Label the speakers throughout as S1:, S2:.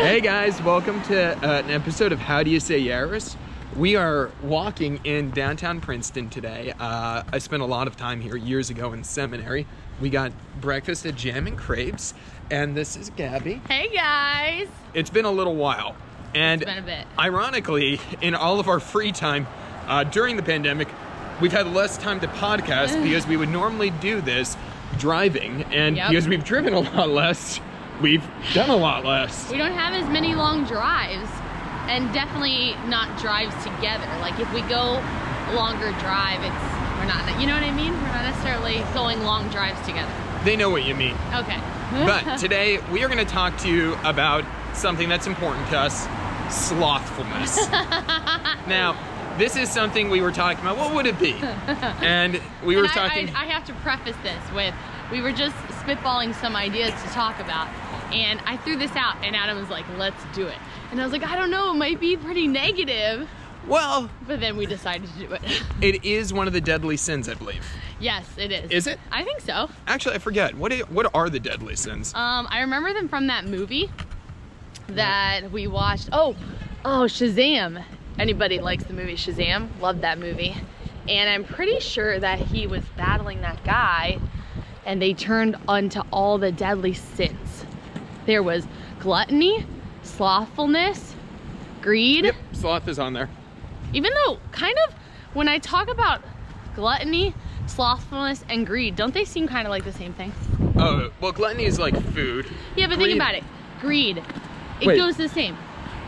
S1: hey guys, welcome to uh, an episode of How Do You Say Yaris. We are walking in downtown Princeton today. Uh, I spent a lot of time here years ago in seminary. We got breakfast at Jam and Crepes, and this is Gabby.
S2: Hey guys!
S1: It's been a little while, and
S2: It's been a bit.
S1: ironically, in all of our free time uh, during the pandemic, we've had less time to podcast because we would normally do this driving, and
S2: Yep.
S1: because we've driven a lot less, we've done a lot less.
S2: We don't have as many long drives and definitely not drives together. Like if we go a longer drive, it's we're not you know what I mean? We're not necessarily going long drives together.
S1: They know what you mean.
S2: Okay.
S1: But today we are going to talk to you about something that's important to us slothfulness. now, this is something we were talking about. What would it be? And we were
S2: And I-
S1: talking.
S2: I, I have to preface this with we were just spitballing some ideas to talk about, and I threw this out, and Adam was like, "Let's do it," and I was like, "I don't know, it might be pretty negative,"
S1: well,
S2: but then we decided to do it.
S1: it is one of the deadly sins, I believe.
S2: yes, it is.
S1: Is it?
S2: I think so.
S1: Actually, I forget. What, i- what are the deadly sins?
S2: Um, I remember them from that movie that we watched. Oh, oh, Shazam! Anybody likes the movie Shazam? Loved that movie, and I'm pretty sure that he was battling that guy, and they turned unto all the deadly sins. There was gluttony, slothfulness, greed.
S1: Yep, sloth is on there.
S2: Even though, kind of, when I talk about gluttony, slothfulness, and greed, don't they seem kind of like the same thing?
S1: Oh, well, gluttony is like food.
S2: Yeah, but
S1: Greed-
S2: think about it. Greed. It
S1: Wait.
S2: goes the same.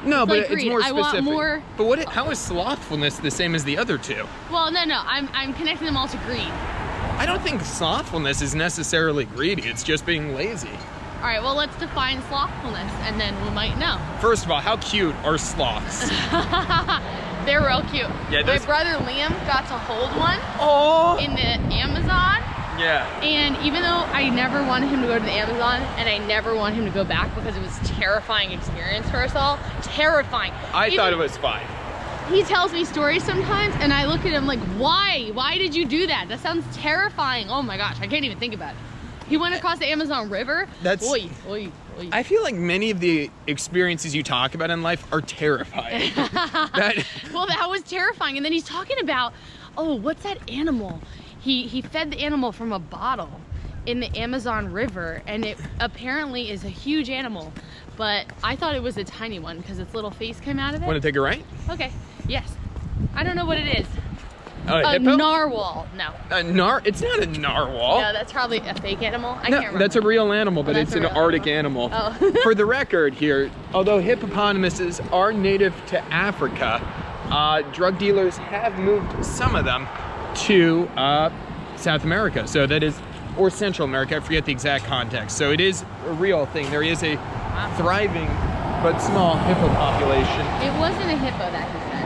S1: No, but
S2: like
S1: it's
S2: greed.
S1: more
S2: I
S1: specific.
S2: want more-
S1: But what? How is slothfulness the same as the other two?
S2: Well, no, no. I'm, I'm connecting them all to greed.
S1: I don't think slothfulness is necessarily greedy. It's just being lazy.
S2: All right. Well, let's define slothfulness, and then we might know.
S1: First of all, how cute are sloths?
S2: They're real cute.
S1: Yeah,
S2: My
S1: those-
S2: brother Liam got to hold one
S1: Oh,
S2: in the Amazon,
S1: yeah.
S2: and even though I never wanted him to go to the Amazon, and I never wanted him to go back because it was a terrifying experience for us all. Terrifying.
S1: I
S2: Even-
S1: thought it was fine.
S2: He tells me stories sometimes, and I look at him like, why? Why did you do that? That sounds terrifying. Oh my gosh, I can't even think about it. He went across the Amazon River.
S1: That's-
S2: Oy, oy, oy.
S1: I feel like many of the experiences you talk about in life are terrifying. that,
S2: well, that was terrifying. And then he's talking about, oh, what's that animal? He he fed the animal from a bottle in the Amazon River, and it apparently is a huge animal, but I thought it was a tiny one because its little face came out of it.
S1: want to take a right?
S2: okay, yes. I don't know what it is.
S1: Uh,
S2: A
S1: hippo?
S2: narwhal. No.
S1: a nar? It's not a narwhal.
S2: No, that's probably a fake animal. I
S1: Oh. No,
S2: can't remember.
S1: that's a real animal, but
S2: that's
S1: it's
S2: a
S1: an
S2: real
S1: Arctic animal.
S2: animal. Oh.
S1: For the record here, although hippopotamuses are native to Africa, uh, drug dealers have moved some of them to uh, South America. So that is, or Central America, I forget the exact context. So it is a real thing. There is a thriving but small hippo population.
S2: It wasn't a hippo that he said.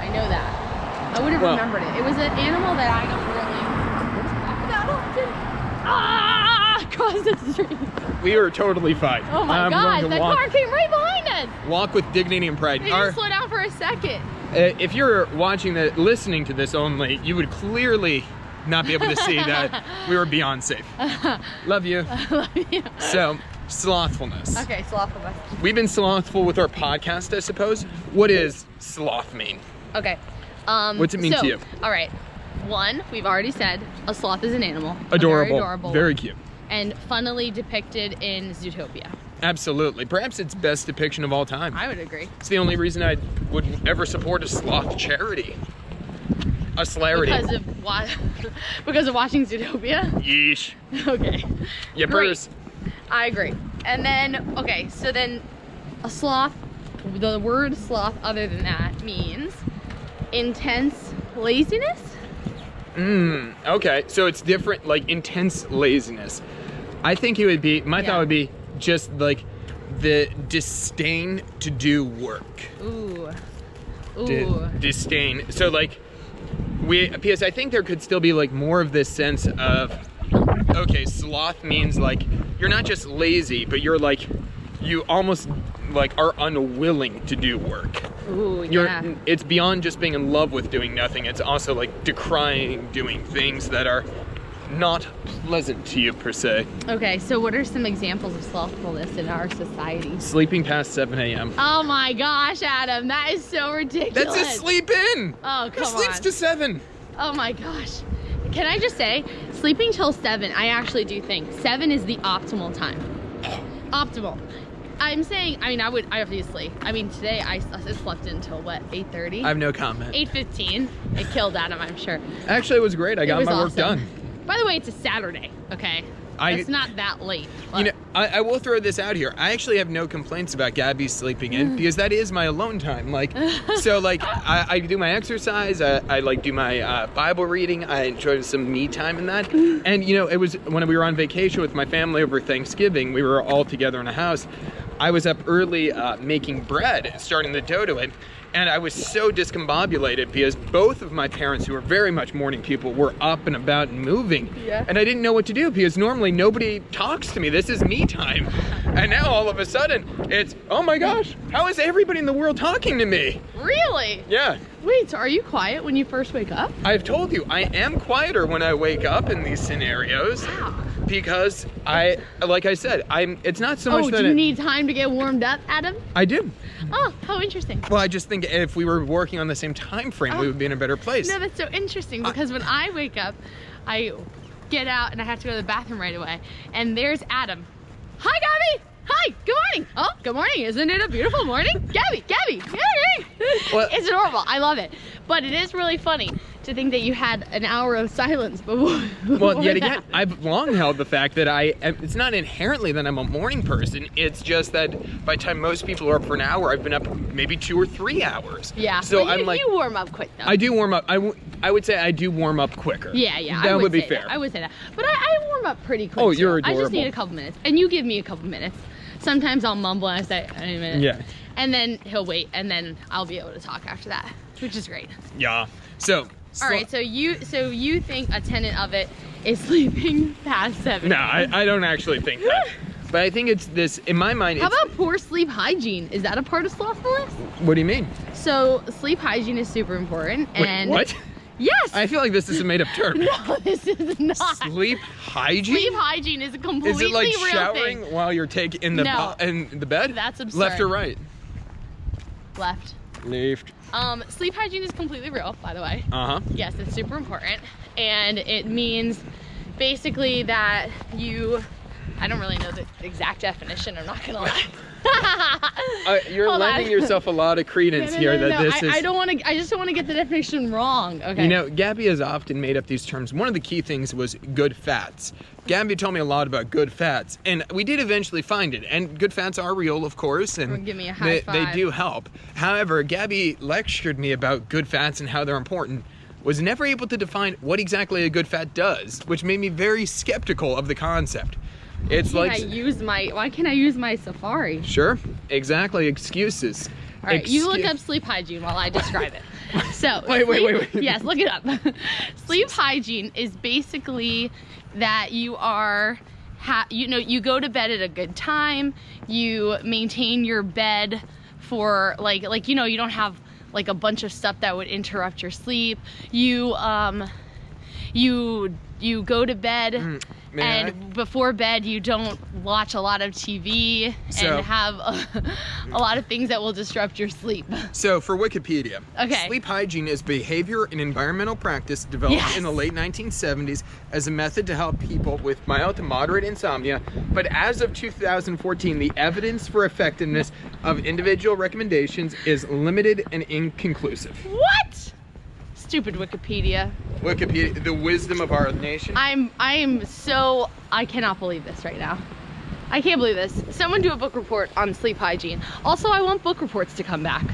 S2: I know that. I would have
S1: Well-
S2: remembered it. It was an animal that I apparently that often ah across the street.
S1: We are totally fine.
S2: Oh my
S1: I'm
S2: gosh,
S1: going to
S2: that
S1: walk,
S2: car came right behind us.
S1: walk with dignity and pride.
S2: They
S1: Our-
S2: didn't slow down for a second.
S1: Uh, if you're watching the listening to this only, you would clearly not be able to see that we were beyond safe. Love you. So, slothfulness.
S2: Okay, slothfulness.
S1: We've been slothful with our podcast, I suppose. What is sloth mean?
S2: Okay. Um,
S1: What's it mean to
S2: so,
S1: you?
S2: All right. One, we've already said a sloth is an animal. A
S1: Adorable.
S2: very adorable.
S1: Very
S2: one,
S1: cute.
S2: And funnily depicted in Zootopia.
S1: Absolutely. Perhaps its best depiction of all time.
S2: I would agree.
S1: It's the only reason I would ever support a sloth charity. A slarity.
S2: Because of wa- because of watching Zootopia.
S1: Yeesh.
S2: Okay.
S1: Yippers.
S2: I agree. And then, okay, so then a sloth, the word sloth, other than that, means intense laziness?
S1: Mm, okay, so it's different, like intense laziness. I think it would be, my
S2: Yeah.
S1: thought would be just like the disdain to do work.
S2: Ooh. Ooh.
S1: Di- disdain. So, like, we, because I think there could still be like more of this sense of, okay, sloth means like you're not just lazy, but you're like, you almost like are unwilling to do work.
S2: Ooh,
S1: You're,
S2: yeah.
S1: It's beyond just being in love with doing nothing. It's also like decrying doing things that are not pleasant to you per se.
S2: Okay, so what are some examples of slothfulness in our society?
S1: Sleeping past 7 a.m.
S2: Oh my gosh, Adam, that is so ridiculous.
S1: That's a sleep in.
S2: Oh,
S1: Who
S2: come
S1: sleeps
S2: on.
S1: to seven?
S2: Oh my gosh. Can I just say, sleeping till seven, I actually do think seven is the optimal time. Optimal. I'm saying, I mean, I would, I obviously, I mean, today I s- I slept until what, 8.30?
S1: I have no comment.
S2: 8.15. It killed Adam, I'm sure.
S1: Actually, it was great. I
S2: it
S1: got
S2: was
S1: my work
S2: awesome.
S1: done.
S2: By the way, it's a Saturday, okay?
S1: I-
S2: it's not that late.
S1: You know,
S2: but-
S1: I, I will throw this out here. I actually have no complaints about Gabby sleeping in because that is my alone time. Like, so like I, I do my exercise. I, I like do my uh, Bible reading. I enjoy some me time in that. And you know, it was when we were on vacation with my family over Thanksgiving. We were all together in a house. I was up early uh, making bread, starting the dough to it. And I was so discombobulated because both of my parents, who are very much morning people, were up and about and moving.
S2: Yeah.
S1: And I didn't know what to do because normally nobody talks to me. This is me time. And now all of a sudden, it's, oh my gosh, how is everybody in the world talking to me?
S2: really?
S1: Yeah.
S2: Wait, so are you quiet when you first wake up?
S1: I've told you, I am quieter when I wake up in these scenarios
S2: Wow.
S1: because I, like I said, I'm, it's not so much
S2: oh,
S1: that
S2: do you
S1: I-
S2: need time to get warmed up, Adam?
S1: I do.
S2: Oh, how interesting.
S1: Well, I just think if we were working on the same time frame, we would be in a better place.
S2: Oh. No, that's so interesting because when I wake up, I get out and I have to go to the bathroom right away. And there's Adam. Hi, Gabby. Hi. Good morning. Oh, good morning. Isn't it a beautiful morning, Gabby? Gabby. Gabby.
S1: Well-
S2: It's adorable. I love it. But it is really funny to think that you had an hour of silence before.
S1: well,
S2: before
S1: yet
S2: that.
S1: again, I've long held the fact that I am, it's not inherently that I'm a morning person. It's just that by the time most people are up for an hour, I've been up maybe two or three hours.
S2: Yeah.
S1: So
S2: but you,
S1: I'm like,
S2: you warm up quick though.
S1: I do warm up. I, w- I would say I do warm up quicker.
S2: Yeah, yeah.
S1: That
S2: I
S1: would, be
S2: say
S1: fair.
S2: I would say that. But I, I warm up pretty quick.
S1: Oh, you're
S2: too. I just need
S1: adorable.
S2: a couple minutes. And you give me a couple minutes. Sometimes I'll mumble and I say, I need a minute.
S1: Yeah.
S2: And then he'll wait and then I'll be able to talk after that, which is great.
S1: Yeah. So.
S2: All right, so you so you think a tenant of it is sleeping past seven.
S1: No, I, I don't actually think that. But I think it's this, in my mind,
S2: How
S1: it's,
S2: about poor sleep hygiene? Is that a part of slothfulness?
S1: what do you mean?
S2: So sleep hygiene is super important
S1: Wait,
S2: and
S1: what?
S2: Yes.
S1: I feel like this is a made up term.
S2: no, this is not. Sleep,
S1: Sleep hygiene?
S2: hygiene is a completely
S1: Is it like
S2: real
S1: showering
S2: thing.
S1: while you're taking in the
S2: No.
S1: bo- in the bed?
S2: That's absurd.
S1: Left or right?
S2: Left.
S1: Left.
S2: Um, sleep hygiene is completely real, by the way.
S1: Uh huh.
S2: Yes, it's super important. And it means basically that you, I don't really know the exact definition, I'm not gonna lie.
S1: Uh, you're
S2: Hold on.
S1: lending yourself a lot of
S2: No,
S1: credence
S2: no,
S1: here that
S2: no, no,
S1: this
S2: I,
S1: is.
S2: I don't wanna, I just don't wanna get the definition wrong, okay?
S1: You know, Gabby has often made up these terms. One of the key things was good fats. Gabby told me a lot about good fats, and we did eventually find it. And good fats are real, of course, and
S2: Give me a
S1: they,
S2: high
S1: they
S2: five.
S1: do help. However, Gabby lectured me about good fats and how they're important. Was never able to define what exactly a good fat does, which made me very skeptical of the concept. It's
S2: Can
S1: like
S2: I use my, why can't I use my Safari?
S1: Sure. Exactly. Excuses.
S2: All right, you look
S1: Excu-
S2: up sleep hygiene while I describe it. So
S1: Wait, wait, wait,
S2: sleep-
S1: wait.
S2: Yes, look it up. sleep hygiene is basically that you are, ha- you know, you go to bed at a good time. You maintain your bed for like, like you know, you don't have like a bunch of stuff that would interrupt your sleep. You um, you you go to bed.
S1: Mm, may
S2: and before bed, you don't watch a lot of TV
S1: So-
S2: and have a, a lot of things that will disrupt your sleep.
S1: So for Wikipedia,
S2: Okay.
S1: sleep hygiene is behavior and environmental practice developed
S2: Yes.
S1: in the late 1970s as a method to help people with mild to moderate insomnia. But as of 2014, the evidence for effectiveness of individual recommendations is limited and inconclusive.
S2: What? Stupid Wikipedia.
S1: Wikipedia, the wisdom of our nation.
S2: I'm I am so I cannot believe this right now. I can't believe this. Someone do a book report on sleep hygiene. Also, I want book reports to come back.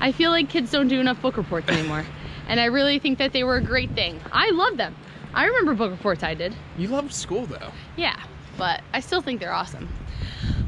S2: I feel like kids don't do enough book reports anymore. and I really think that they were a great thing. I love them. I remember book reports I did.
S1: you love school though.
S2: Yeah, but I still think they're awesome.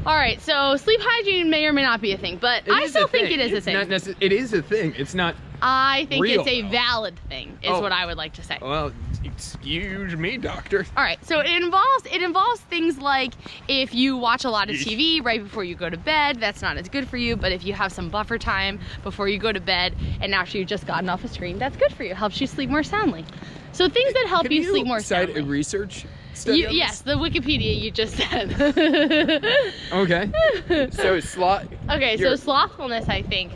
S2: All right, so sleep hygiene may or may not be a thing, but
S1: It
S2: I
S1: is a
S2: still think
S1: thing.
S2: it is a
S1: It's
S2: thing.
S1: not necess- it is a thing. It's not.
S2: I think
S1: real,
S2: it's a
S1: though.
S2: valid thing, is
S1: Oh.
S2: what I would like to say.
S1: Well, excuse me, doctor.
S2: All right, so it involves it involves things like if you watch a lot of TV right before you go to bed, that's not as good for you. But if you have some buffer time before you go to bed and after you've just gotten off a screen, that's good for you. Helps you sleep more soundly. So things that help
S1: Can
S2: you, sleep more
S1: cite
S2: soundly.
S1: a research study?
S2: You,
S1: on
S2: yes, the Wikipedia you just said.
S1: this? Okay. so slot.
S2: Okay,
S1: You're-
S2: so slothfulness, I think,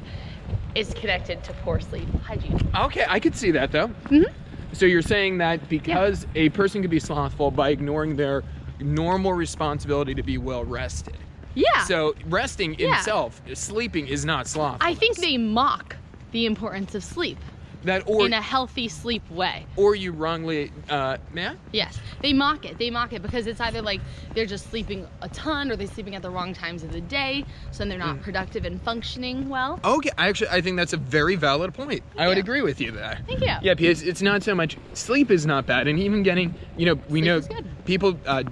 S2: is connected to poor sleep hygiene.
S1: Okay, I could see that though.
S2: Mhm.
S1: So you're saying that because a person could be slothful by ignoring their normal responsibility to be well rested.
S2: Yeah.
S1: So resting
S2: Yeah.
S1: itself, sleeping is not sloth.
S2: I think they mock the importance of sleep
S1: that or
S2: in a healthy sleep way.
S1: or you wrongly uh man.
S2: Yes, they mock it. They mock it because it's either like they're just sleeping a ton or they're sleeping at the wrong times of the day, so then they're
S1: Mm.
S2: not productive and functioning well.
S1: Okay, I actually I think that's a very valid point. I would
S2: Yeah.
S1: agree with you there.
S2: Thank you.
S1: Yeah, because it's not so much sleep is not bad, and even getting you know we
S2: Sleep
S1: know
S2: is good.
S1: people. Uh,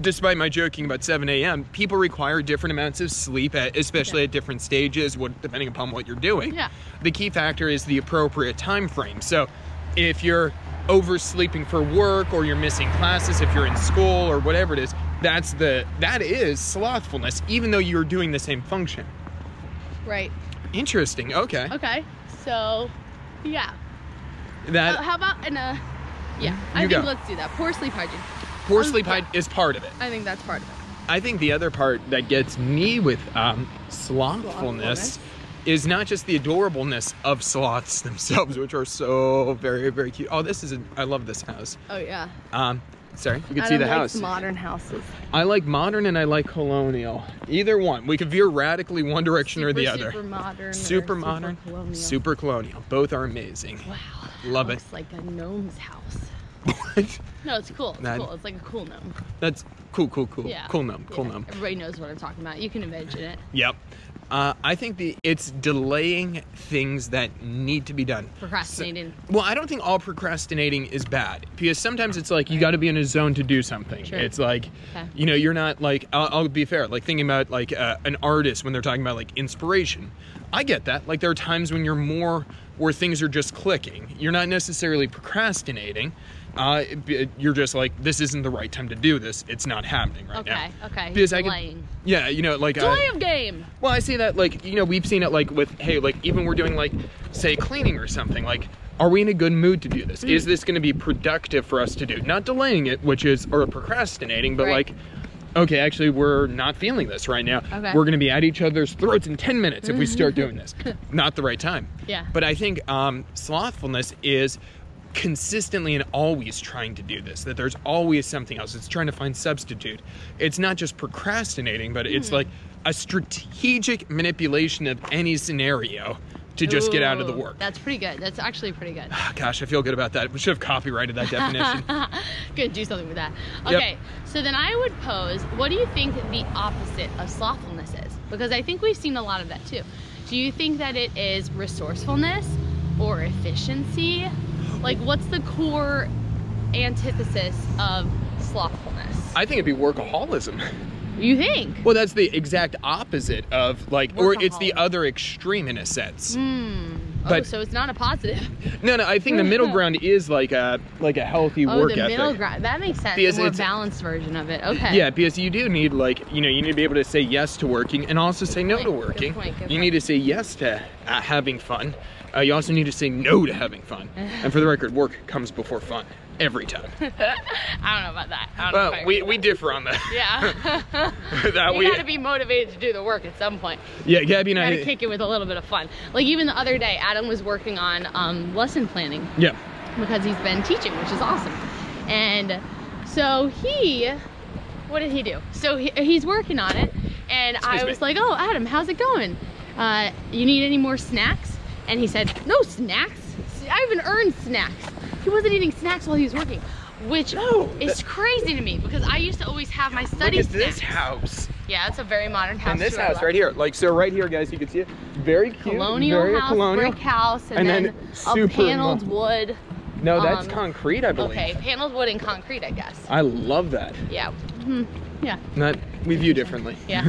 S1: Despite my joking about 7 a.m., people require different amounts of sleep, at, especially
S2: Yeah.
S1: at different stages, what, depending upon what you're doing.
S2: Yeah.
S1: The key factor is the appropriate time frame. So, if you're oversleeping for work or you're missing classes, if you're in school or whatever it is, that's the that is slothfulness, even though you're doing the same function.
S2: Right.
S1: Interesting. Okay.
S2: Okay. So, yeah.
S1: That
S2: Uh, how about in a yeah?
S1: You
S2: I think
S1: go.
S2: let's do that. Poor sleep hygiene.
S1: poor
S2: um,
S1: sleep
S2: yeah.
S1: hygiene is part of it.
S2: I think that's part of it.
S1: I think the other part that gets me with um, slothfulness
S2: Slothfulness.
S1: is not just the adorableness of sloths themselves, which are so very, very cute. Oh, this is a, I love this house.
S2: Oh yeah.
S1: Um, sorry, you can
S2: I
S1: see
S2: don't
S1: the
S2: like
S1: house.
S2: Modern houses.
S1: I like modern and I like colonial. Either one. We could veer radically one direction or the
S2: Super,
S1: other.
S2: Super modern. or
S1: Super modern,
S2: Super colonial.
S1: super colonial. Both are amazing.
S2: Wow.
S1: Love it.
S2: looks like a gnome's house. No, it's cool. It's
S1: Nah.
S2: cool. It's like a cool gnome.
S1: That's cool, cool, cool.
S2: Yeah.
S1: Cool gnome, cool
S2: Yeah.
S1: gnome.
S2: Everybody knows what I'm talking about. You can imagine it.
S1: Yep. Uh, I think the it's delaying things that need to be done.
S2: Procrastinating.
S1: Well, I don't think all procrastinating is bad because sometimes it's like you got to be in a zone to do something.
S2: Sure.
S1: It's like,
S2: Okay.
S1: you know, you're not like I'll, I'll be fair. Like thinking about like uh, an artist when they're talking about like inspiration, I get that. Like there are times when you're more where things are just clicking. You're not necessarily procrastinating. Uh, it- it- you're just like this isn't the right time to do this. It's not happening right now.
S2: Okay, okay,
S1: Because I could,
S2: delaying.
S1: yeah, you know, like I-
S2: Delay of game.
S1: well, I see that like you know we've seen it like with hey like even we're doing like say cleaning or something like are we in a good mood to do this?
S2: Mm.
S1: Is this going to be productive for us to do? Not delaying it, which is or procrastinating, but
S2: Right.
S1: like okay, actually we're not feeling this right now.
S2: Okay.
S1: We're going to be at each other's throats in 10 minutes if we start doing this. Not the right time.
S2: Yeah.
S1: But I think um, slothfulness is consistently and always trying to do this that there's always something else it's trying to find substitute it's not just procrastinating but it's
S2: Hmm.
S1: like a strategic manipulation of any scenario to just get out of the
S2: Ooh,
S1: work Ah,
S2: That's pretty good. That's actually pretty good.
S1: gosh i feel good about that we should have copyrighted that definition
S2: Gonna do something with that.
S1: Yep.
S2: Okay, so then I would pose, what do you think the opposite of slothfulness is? Because I think we've seen a lot of that too. Do you think that it is resourcefulness or efficiency? Like, what's the core antithesis of slothfulness?
S1: i think it'd be workaholism
S2: You think?
S1: well that's the exact opposite of like or it's the
S2: Workaholic.
S1: other extreme in a sense
S2: Hmm. Oh,
S1: But-
S2: so it's not a positive.
S1: no no i think the middle ground is like a like a healthy
S2: Oh,
S1: work
S2: the
S1: ethic
S2: middle ground. That makes sense.
S1: Because
S2: a more
S1: it's-
S2: balanced version of it. Okay.
S1: Yeah, because you do need like you know you need to be able to say yes to working and also say no
S2: point,
S1: to
S2: good
S1: working.
S2: point, good
S1: you
S2: point.
S1: need to say yes to uh, having fun. Uh, you also need to say no to having fun. and for the record, work comes before fun every time.
S2: I don't know about that. I don't know
S1: well,
S2: if I
S1: we,
S2: agree
S1: we differ on that.
S2: with that. Yeah.
S1: that
S2: you
S1: we,
S2: gotta be motivated to do the work at some point.
S1: yeah, Gabby and
S2: You
S1: I.
S2: gotta kick it with a little bit of fun. Like even the other day, Adam was working on um, lesson planning
S1: Yeah.
S2: because he's been teaching, which is awesome. And so he, what did he do? So he, he's working on it, and
S1: Excuse
S2: I
S1: me.
S2: was like, "Oh, Adam, how's it going? Uh, you need any more snacks?" And he said, "No snacks. I haven't earned snacks." He wasn't eating snacks while he was working, which
S1: No,
S2: is
S1: that-
S2: crazy to me because I used to always have my
S1: Look
S2: study
S1: at this
S2: snacks.
S1: house.
S2: Yeah, it's a very modern house.
S1: And this
S2: too, I
S1: house
S2: love
S1: right here. Like so, right here, guys, you can see it. Very cute.
S2: colonial
S1: very
S2: house,
S1: colonial.
S2: brick house, and,
S1: And then
S2: then, a
S1: super
S2: paneled
S1: mo-
S2: wood.
S1: No, that's
S2: um,
S1: concrete, I believe.
S2: Okay, paneled wood and concrete, I guess.
S1: I love that.
S2: Yeah. Mhm. Yeah.
S1: Not we view differently.
S2: Yeah.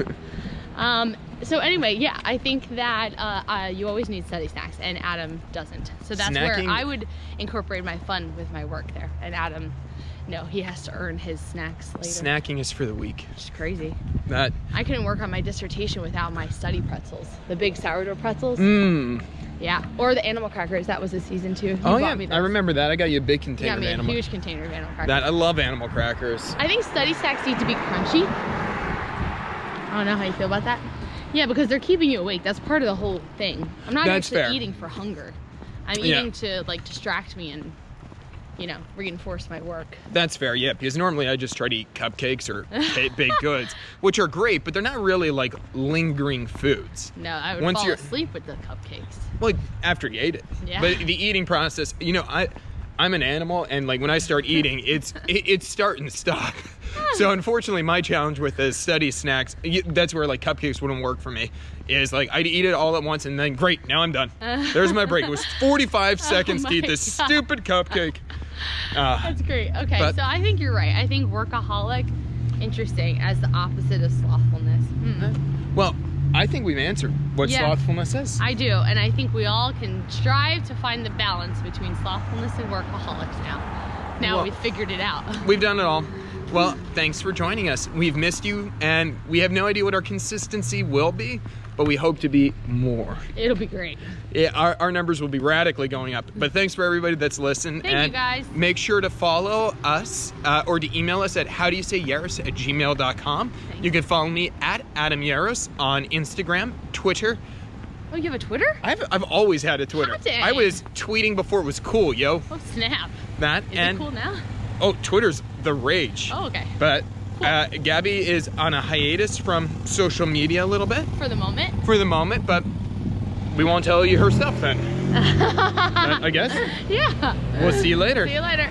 S2: um, so anyway, yeah, I think that uh, uh, you always need study snacks, and Adam doesn't. So that's
S1: Snacking-
S2: where I would incorporate my fun with my work there. And Adam, no, he has to earn his snacks later.
S1: Snacking is for the weak.
S2: Which is crazy.
S1: That
S2: I couldn't work on my dissertation without my study pretzels, the big sourdough pretzels.
S1: Mmm.
S2: Yeah, or the animal crackers. That was a season two. You
S1: oh
S2: bought
S1: yeah,
S2: me
S1: I
S2: those.
S1: remember that. I got you a big
S2: You
S1: container
S2: got me
S1: of
S2: a
S1: animal.
S2: huge container of animal crackers.
S1: that I love animal crackers.
S2: I think study stacks need to be crunchy. I don't know how you feel about that. Yeah, because they're keeping you awake. That's part of the whole thing. I'm not
S1: That's
S2: actually
S1: fair.
S2: eating for hunger. I'm
S1: Yeah.
S2: eating to like distract me and you know reinforce my work.
S1: That's fair, yeah, because normally I just try to eat cupcakes or ba- baked goods, which are great, but they're not really like lingering foods.
S2: No, I would
S1: Once
S2: fall
S1: you're-
S2: asleep with the cupcakes.
S1: Like after you ate it.
S2: Yeah.
S1: But the eating process, you know, I I'm an animal and like when I start eating, it's it, it's start and stop. So unfortunately, my challenge with the study snacks, y- that's where like cupcakes wouldn't work for me, is like I'd eat it all at once and then great, now I'm done. There's my break. It was 45 seconds
S2: Uh. Oh my
S1: to eat this
S2: God.
S1: stupid cupcake. Uh,
S2: That's great. Okay,
S1: But-
S2: so I think you're right. I think workaholic, interesting as the opposite of slothfulness. Hmm.
S1: well, I think we've answered what
S2: Yeah.
S1: slothfulness is.
S2: I do, and I think we all can strive to find the balance between slothfulness and workaholics now. Now
S1: Well-
S2: we've figured it out.
S1: We've done it all. Well, thanks for joining us. We've missed you, and we have no idea what our consistency will be, but we hope to be more.
S2: It'll be great.
S1: Yeah, our, our numbers will be radically going up. But thanks for everybody that's listened.
S2: Thank you,
S1: and
S2: guys.
S1: Make sure to follow us uh, or to email us at how do you say Yaris at gmail.com. You can follow me at Adam Yaris on Instagram, Twitter.
S2: Oh, you have a Twitter?
S1: I've, I've always had a Twitter.
S2: Hot dang.
S1: I was tweeting before it was cool, yo.
S2: Oh, snap.
S1: That
S2: Is
S1: and
S2: it cool now?
S1: oh, Twitter's the rage.
S2: Oh, okay.
S1: But
S2: Cool.
S1: uh, Gabby is on a hiatus from social media a little bit
S2: For the moment.
S1: for the moment, but we won't tell you her stuff then. I I guess.
S2: Yeah.
S1: We'll see you later.
S2: See you later.